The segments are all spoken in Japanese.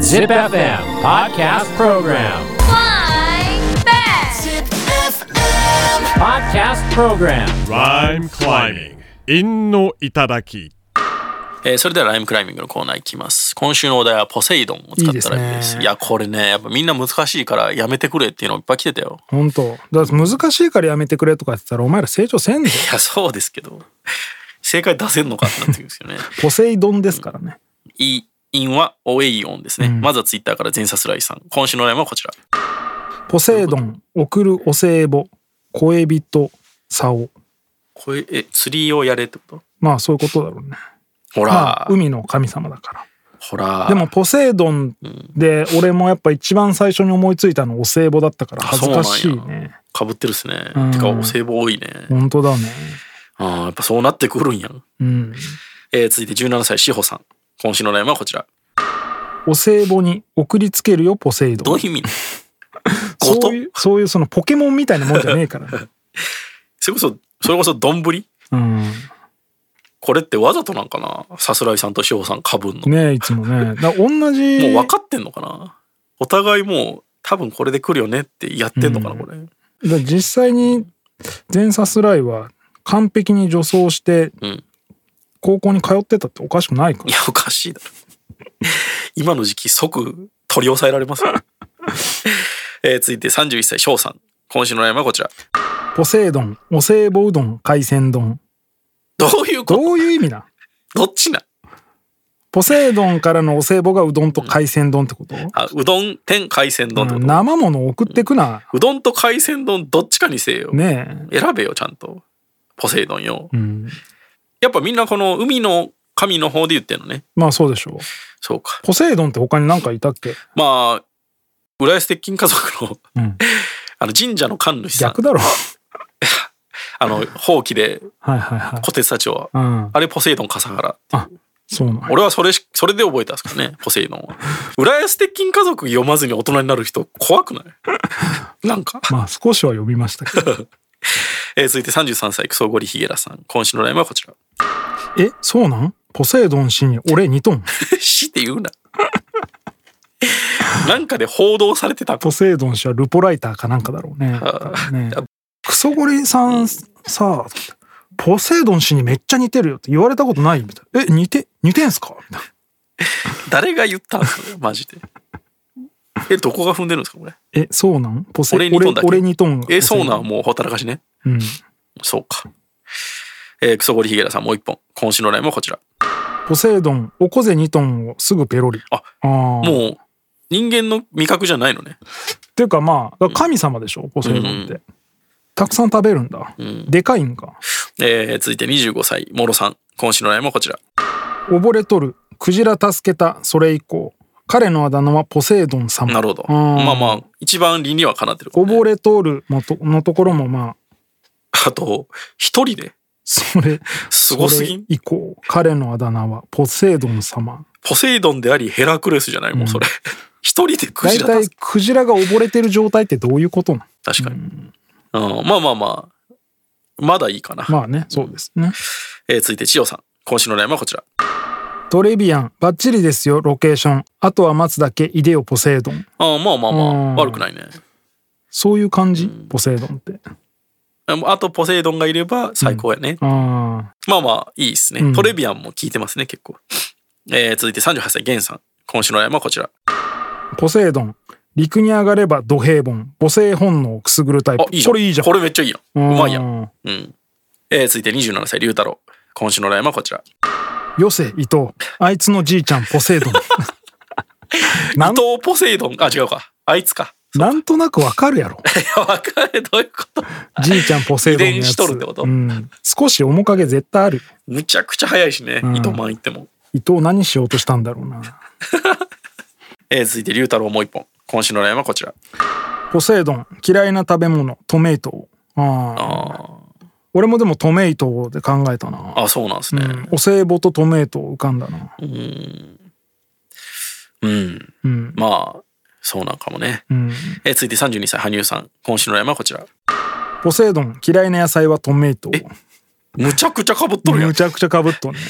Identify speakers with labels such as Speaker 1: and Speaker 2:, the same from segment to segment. Speaker 1: Zip FM Podcast Program.
Speaker 2: Flying back.
Speaker 1: Podcast Program.
Speaker 3: Rhyme climbing. 陰の頂き。
Speaker 4: えーそれではライムクライミングのコーナーいきます今週のお題はポセイドンを使ったライムです
Speaker 5: いいですね
Speaker 4: いやこれねやっぱみんな難しいからやめてくれっていうのいっぱい来てたよ
Speaker 5: 本当だから難しいからやめてくれとか言ってたらお前ら成 長せんぞ
Speaker 4: いやそうですけど正解出せんのかってなってくるんです よね
Speaker 5: ポセイドンですからね
Speaker 4: いインはオエイオンですね、まずはツイッターから全サスライさん今週のライムはこちら
Speaker 5: ポセイドン送るお歳暮恋人竿
Speaker 4: これえ釣りをやれってこと
Speaker 5: まあそういうことだろうね
Speaker 4: ほら、
Speaker 5: まあ海の神様だか
Speaker 4: ほら
Speaker 5: らでもポセイドンで俺もやっぱ一番最初に思いついたのお歳暮だったから恥ずかしい
Speaker 4: そうなん
Speaker 5: ね
Speaker 4: かぶってるっすね、
Speaker 5: うん
Speaker 4: てかお歳暮多いね、
Speaker 5: 本当だね
Speaker 4: ああやっぱそうなってくるんやん、
Speaker 5: うん
Speaker 4: えー続いて17歳志保さん今週のライムはこちら
Speaker 5: お歳暮に送りつけるよポセイ
Speaker 4: ど
Speaker 5: ド
Speaker 4: う
Speaker 5: ン
Speaker 4: いう意味 なのごと
Speaker 5: そういうそういうそのポケモンみたいなもんじゃねえから ね
Speaker 4: それこそそれこそ丼
Speaker 5: うん
Speaker 4: これってわざとなんかなさすらいさんとしほさんかぶんの、
Speaker 5: ねえいつもねだから同じ
Speaker 4: もう分かってんのかなお互いもう多分これで来るよねってやってんのかな、これ
Speaker 5: だから実際に前サスライは完璧に女装して
Speaker 4: うん
Speaker 5: 高校に通ってたっておかしくないか
Speaker 4: い
Speaker 5: ら
Speaker 4: やおかしいだろ今の時期即取り押さえられますよ、 えー続いて31歳しょうさん今週のライブはこちら
Speaker 5: ポセイドンお歳暮うどん海鮮丼
Speaker 4: どういうこと
Speaker 5: どういう意味 だ
Speaker 4: どっちなん
Speaker 5: ポセイドンからのお歳暮がうどんと海鮮丼ってこと、
Speaker 4: あうどん天海鮮丼って
Speaker 5: う
Speaker 4: こ
Speaker 5: ん
Speaker 4: と、
Speaker 5: 生もの送ってくな
Speaker 4: うどんと海鮮丼どっちかにせえよ、
Speaker 5: ね
Speaker 4: 選べよちゃんとポセイドンよ、
Speaker 5: え、うん、
Speaker 4: やっぱみんなこの海の神の方で言ってんのね
Speaker 5: まあそうでしょう
Speaker 4: そうか
Speaker 5: ポセイドンって他に何かいたっけ、
Speaker 4: まあ浦安鉄筋家族の
Speaker 5: うん、
Speaker 4: あの神社の神主さん
Speaker 5: 逆だろ
Speaker 4: あの放棄で
Speaker 5: はいはいはい
Speaker 4: 小鉄たちは
Speaker 5: うん
Speaker 4: あれポセイドン笠原
Speaker 5: そうなん
Speaker 4: 俺はそれしそれで覚えたんですか ねポセイドンは浦安鉄筋家族読まずに大人になる人怖くない なんか、
Speaker 5: まあ少しは呼びましたけど
Speaker 4: えー続いて33歳クソゴリヒゲラさん今週のライブはこちら
Speaker 5: えそうなんポセイドン氏に俺2トン
Speaker 4: 死って言うな なんかで報道されてた
Speaker 5: ポセイドン氏はルポライターかなんかだろうね。多分ねクソゴリさんさ、ポセイドン氏にめっちゃ似てるよって言われたことないみたいな。え、似て、似てんすかみたい
Speaker 4: 誰が言ったんですかマジでえどこが踏んでるんですかこれ
Speaker 5: な。え、そうなんポセ
Speaker 4: 俺にとんだっけ
Speaker 5: 俺にとんが。
Speaker 4: えそうなんもうほったらかしね
Speaker 5: うん。
Speaker 4: そうか。えークソゴリヒゲラさんもう一本。今週のライブはこちら。
Speaker 5: ポセイドン、おこぜ2トンをすぐペロリ。
Speaker 4: あ
Speaker 5: あーっ
Speaker 4: もう人間の味覚じゃないのね。
Speaker 5: ていうかまあ、だから神様でしょ、ポセイドンっ
Speaker 4: う
Speaker 5: て。たくさん食べるんだ。
Speaker 4: ん
Speaker 5: でかいんか。
Speaker 4: えー続いて25歳、モロさん。今週のライブはこちら。
Speaker 5: 溺れとる。クジラ助けた。それ以降。彼のあだ名はポセイドン様。
Speaker 4: なるほど。
Speaker 5: あー
Speaker 4: まあまあ、一番理にはかなってる。
Speaker 5: 溺れとるもとのところもまあ、
Speaker 4: あと、一人で。
Speaker 5: それ、
Speaker 4: すごすぎ
Speaker 5: それ
Speaker 4: ん。
Speaker 5: 以降、彼のあだ名はポセイドン様。
Speaker 4: ポセイドンでありヘラクレスじゃない、もうそれ。 一人でク
Speaker 5: 大
Speaker 4: ジラ
Speaker 5: 体
Speaker 4: 助、
Speaker 5: クジラが溺れてる状態ってどういうことな
Speaker 4: け確かに、うん。まあまあまあ、まだいいかな。
Speaker 5: のまあね、そうですね。
Speaker 4: えー続いて、千代さん。今週のライブはこちら。
Speaker 5: トレビアン、バッチリですよ、ロケーション。あとは待つだけ、イデオポセイドン。
Speaker 4: あーまあまあま
Speaker 5: うん
Speaker 4: あ、悪くないね。
Speaker 5: そういう感じポセイドンって。
Speaker 4: あと、ポセイドンがいれば最高やね。
Speaker 5: ああ、
Speaker 4: まあまあ、いいですね、
Speaker 5: うん
Speaker 4: トレビアンも聞いてますね、結構。えー続いて38歳、ゲンさん。今週の山はこちら。
Speaker 5: ポセイドン。陸に上がればド平凡。母性本能をくすぐるタイ
Speaker 4: あ
Speaker 5: プ。、
Speaker 4: いいじゃん。
Speaker 5: これいいじゃん。
Speaker 4: これめっちゃいいやん。うまいやん。
Speaker 5: ん。
Speaker 4: うん。えー続いて27歳、龍太郎。今週の山はこちら。
Speaker 5: よせ、伊藤。あいつのじいちゃん、ポ セイドン。な
Speaker 4: 伊
Speaker 5: ん
Speaker 4: 藤ポセイドン。あ、違うか。あいつか。
Speaker 5: なんとなくわかるやろ。
Speaker 4: いや、わかる。どういうこと
Speaker 5: じいちゃんポセイドンのや
Speaker 4: 遺伝
Speaker 5: つ
Speaker 4: しとるってこと
Speaker 5: うん、少し面影絶対ある
Speaker 4: むちゃくちゃ早いしね。
Speaker 5: うん
Speaker 4: 糸満行っても。
Speaker 5: 伊藤何しようとしたんだろうな
Speaker 4: えー続いて龍太郎もう一本。今週の山はこちら。
Speaker 5: ポセイドン嫌いな食べ物トメイトああ
Speaker 4: あ
Speaker 5: 俺もでもトメイトで考えたな
Speaker 4: あ、あそうなんです
Speaker 5: う
Speaker 4: ね。
Speaker 5: ん、お歳暮とトメイト浮かんだな
Speaker 4: うん。
Speaker 5: うん
Speaker 4: まあ、そうなんかもね。
Speaker 5: うん、
Speaker 4: えー続いて32歳、羽生さん。今週の山はこちら。
Speaker 5: ポセイドン嫌いな野菜はトメイト
Speaker 4: むちゃくちゃかぶっとるやん
Speaker 5: む。ちゃくちゃかぶっとんね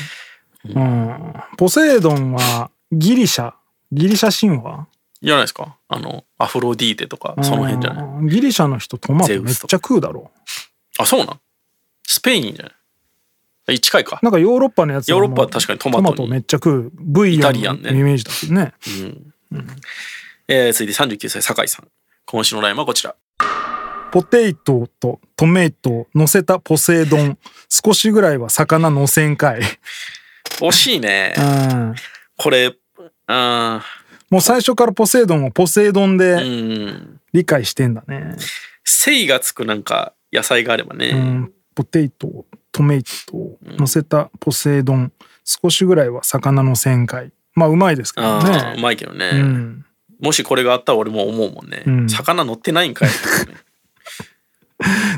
Speaker 5: うん。ポセイドンはギリシャ、ギリシャ神話
Speaker 4: じゃないですかあの、アフロディーテとか、その辺じゃない
Speaker 5: いギリシャの人トマトめっちゃ食うだろ
Speaker 4: あ、そうなんスペインじゃない近いか
Speaker 5: う。。なんかヨーロッパのやつ
Speaker 4: ヨーロッパ
Speaker 5: も
Speaker 4: は
Speaker 5: う
Speaker 4: 確かにト
Speaker 5: ト
Speaker 4: マ
Speaker 5: マ
Speaker 4: ト
Speaker 5: ト
Speaker 4: に。
Speaker 5: めっちゃ食うブイ
Speaker 4: イ
Speaker 5: ヨ
Speaker 4: タ
Speaker 5: ン
Speaker 4: リアンね
Speaker 5: のイメージだけどね。
Speaker 4: うんえー続いて39歳、酒井さん。今週のラインはこちら。
Speaker 5: ポテイトとトメイト乗せたポセイド ン少しぐらいは魚乗せんかい。
Speaker 4: 惜しいね
Speaker 5: う。ん。
Speaker 4: これ、うん。
Speaker 5: もう最初からポセイドンをポセイドン
Speaker 4: う
Speaker 5: で
Speaker 4: ん。
Speaker 5: 理解してんだね。
Speaker 4: せいがつくなんか野菜があれば
Speaker 5: う
Speaker 4: ね。
Speaker 5: ん。ポテイトトメイト乗せたポセイドン少しぐらいは魚乗せんかい。まあうまいですけど
Speaker 4: ああ、う
Speaker 5: ね。
Speaker 4: まいけどね。
Speaker 5: うん。
Speaker 4: もしこれがあったら俺も思うもんね。
Speaker 5: うん
Speaker 4: 魚乗ってないんかいってね、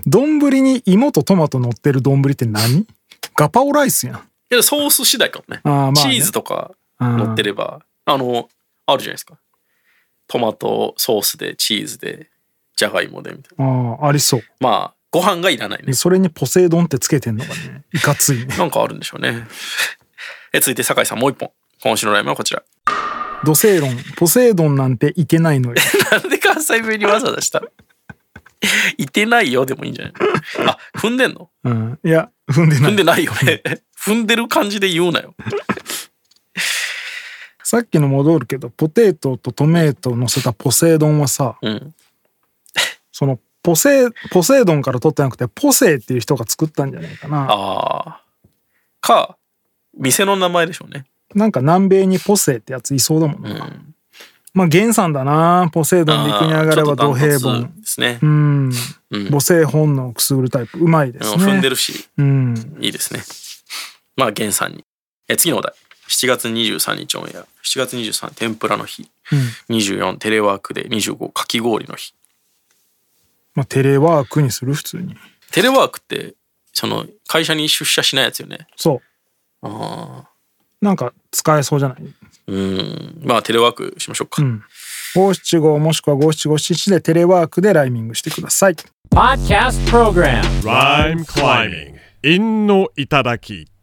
Speaker 5: 丼に芋とトマト乗ってる丼って何ガパオライスやん。
Speaker 4: けどソース次第かもね。
Speaker 5: あーまあね
Speaker 4: チーズとか乗ってれば、あの、あるじゃないですか。トマトソースで、チーズで、じゃがいもでみたいな。
Speaker 5: あーありそう。
Speaker 4: まあ、ご飯がいらないね。
Speaker 5: それにポセイドンってつけてんのがね、いかつ いね。
Speaker 4: なんかあるんでしょうね。え続いて酒井さんもう一本。今週のライブはこちら。
Speaker 5: ドセイロン、ポセイドンなんていけないのよ。
Speaker 4: なんで関西弁にわざわざしたのいてないよでもいいんじゃないあ、踏んでんの
Speaker 5: うん、いや、踏んでな
Speaker 4: 踏ん
Speaker 5: い。
Speaker 4: でないよね。 踏んでる感じで言うなよ。
Speaker 5: さっきの戻るけど、ポテトとトメイトを乗せたポセイドンはさ、
Speaker 4: うん。
Speaker 5: そのポセイ、ポセイドンから取ってなくて、ポセイっていう人が作ったんじゃないかな。
Speaker 4: ああ。か、店の名前でしょうね。
Speaker 5: なんか南米にポセイってやついそうだもん
Speaker 4: う
Speaker 5: な。
Speaker 4: ん。
Speaker 5: まあ、原産だな。ポセイドンで生きに上がれば
Speaker 4: あー
Speaker 5: 土
Speaker 4: ちょ
Speaker 5: 平
Speaker 4: っと断
Speaker 5: 凡
Speaker 4: ト。ツですね
Speaker 5: う。ん。
Speaker 4: うん
Speaker 5: 母性本能をくすぐるタイプ。うまいです
Speaker 4: うん
Speaker 5: ね。
Speaker 4: 踏んでるし、
Speaker 5: うん。
Speaker 4: いいですね。まあ、源さんに。え次のお題。7月23日オンエア。7月23日、天ぷらの日。
Speaker 5: うん
Speaker 4: 24、テレワークで。25、かき氷の日。
Speaker 5: まあ、テレワークにする普通に
Speaker 4: テレワークって、その、会社に出社しないやつよね。
Speaker 5: そ
Speaker 4: ああ。
Speaker 5: うなんか使えそうじゃない
Speaker 4: うん。まあ、テレワークしましょうか。
Speaker 5: うん五七五もしくは五七五七でテレワークでライミングしてください
Speaker 1: Podcast Program.
Speaker 3: Rhyme climbing. 陰の頂き。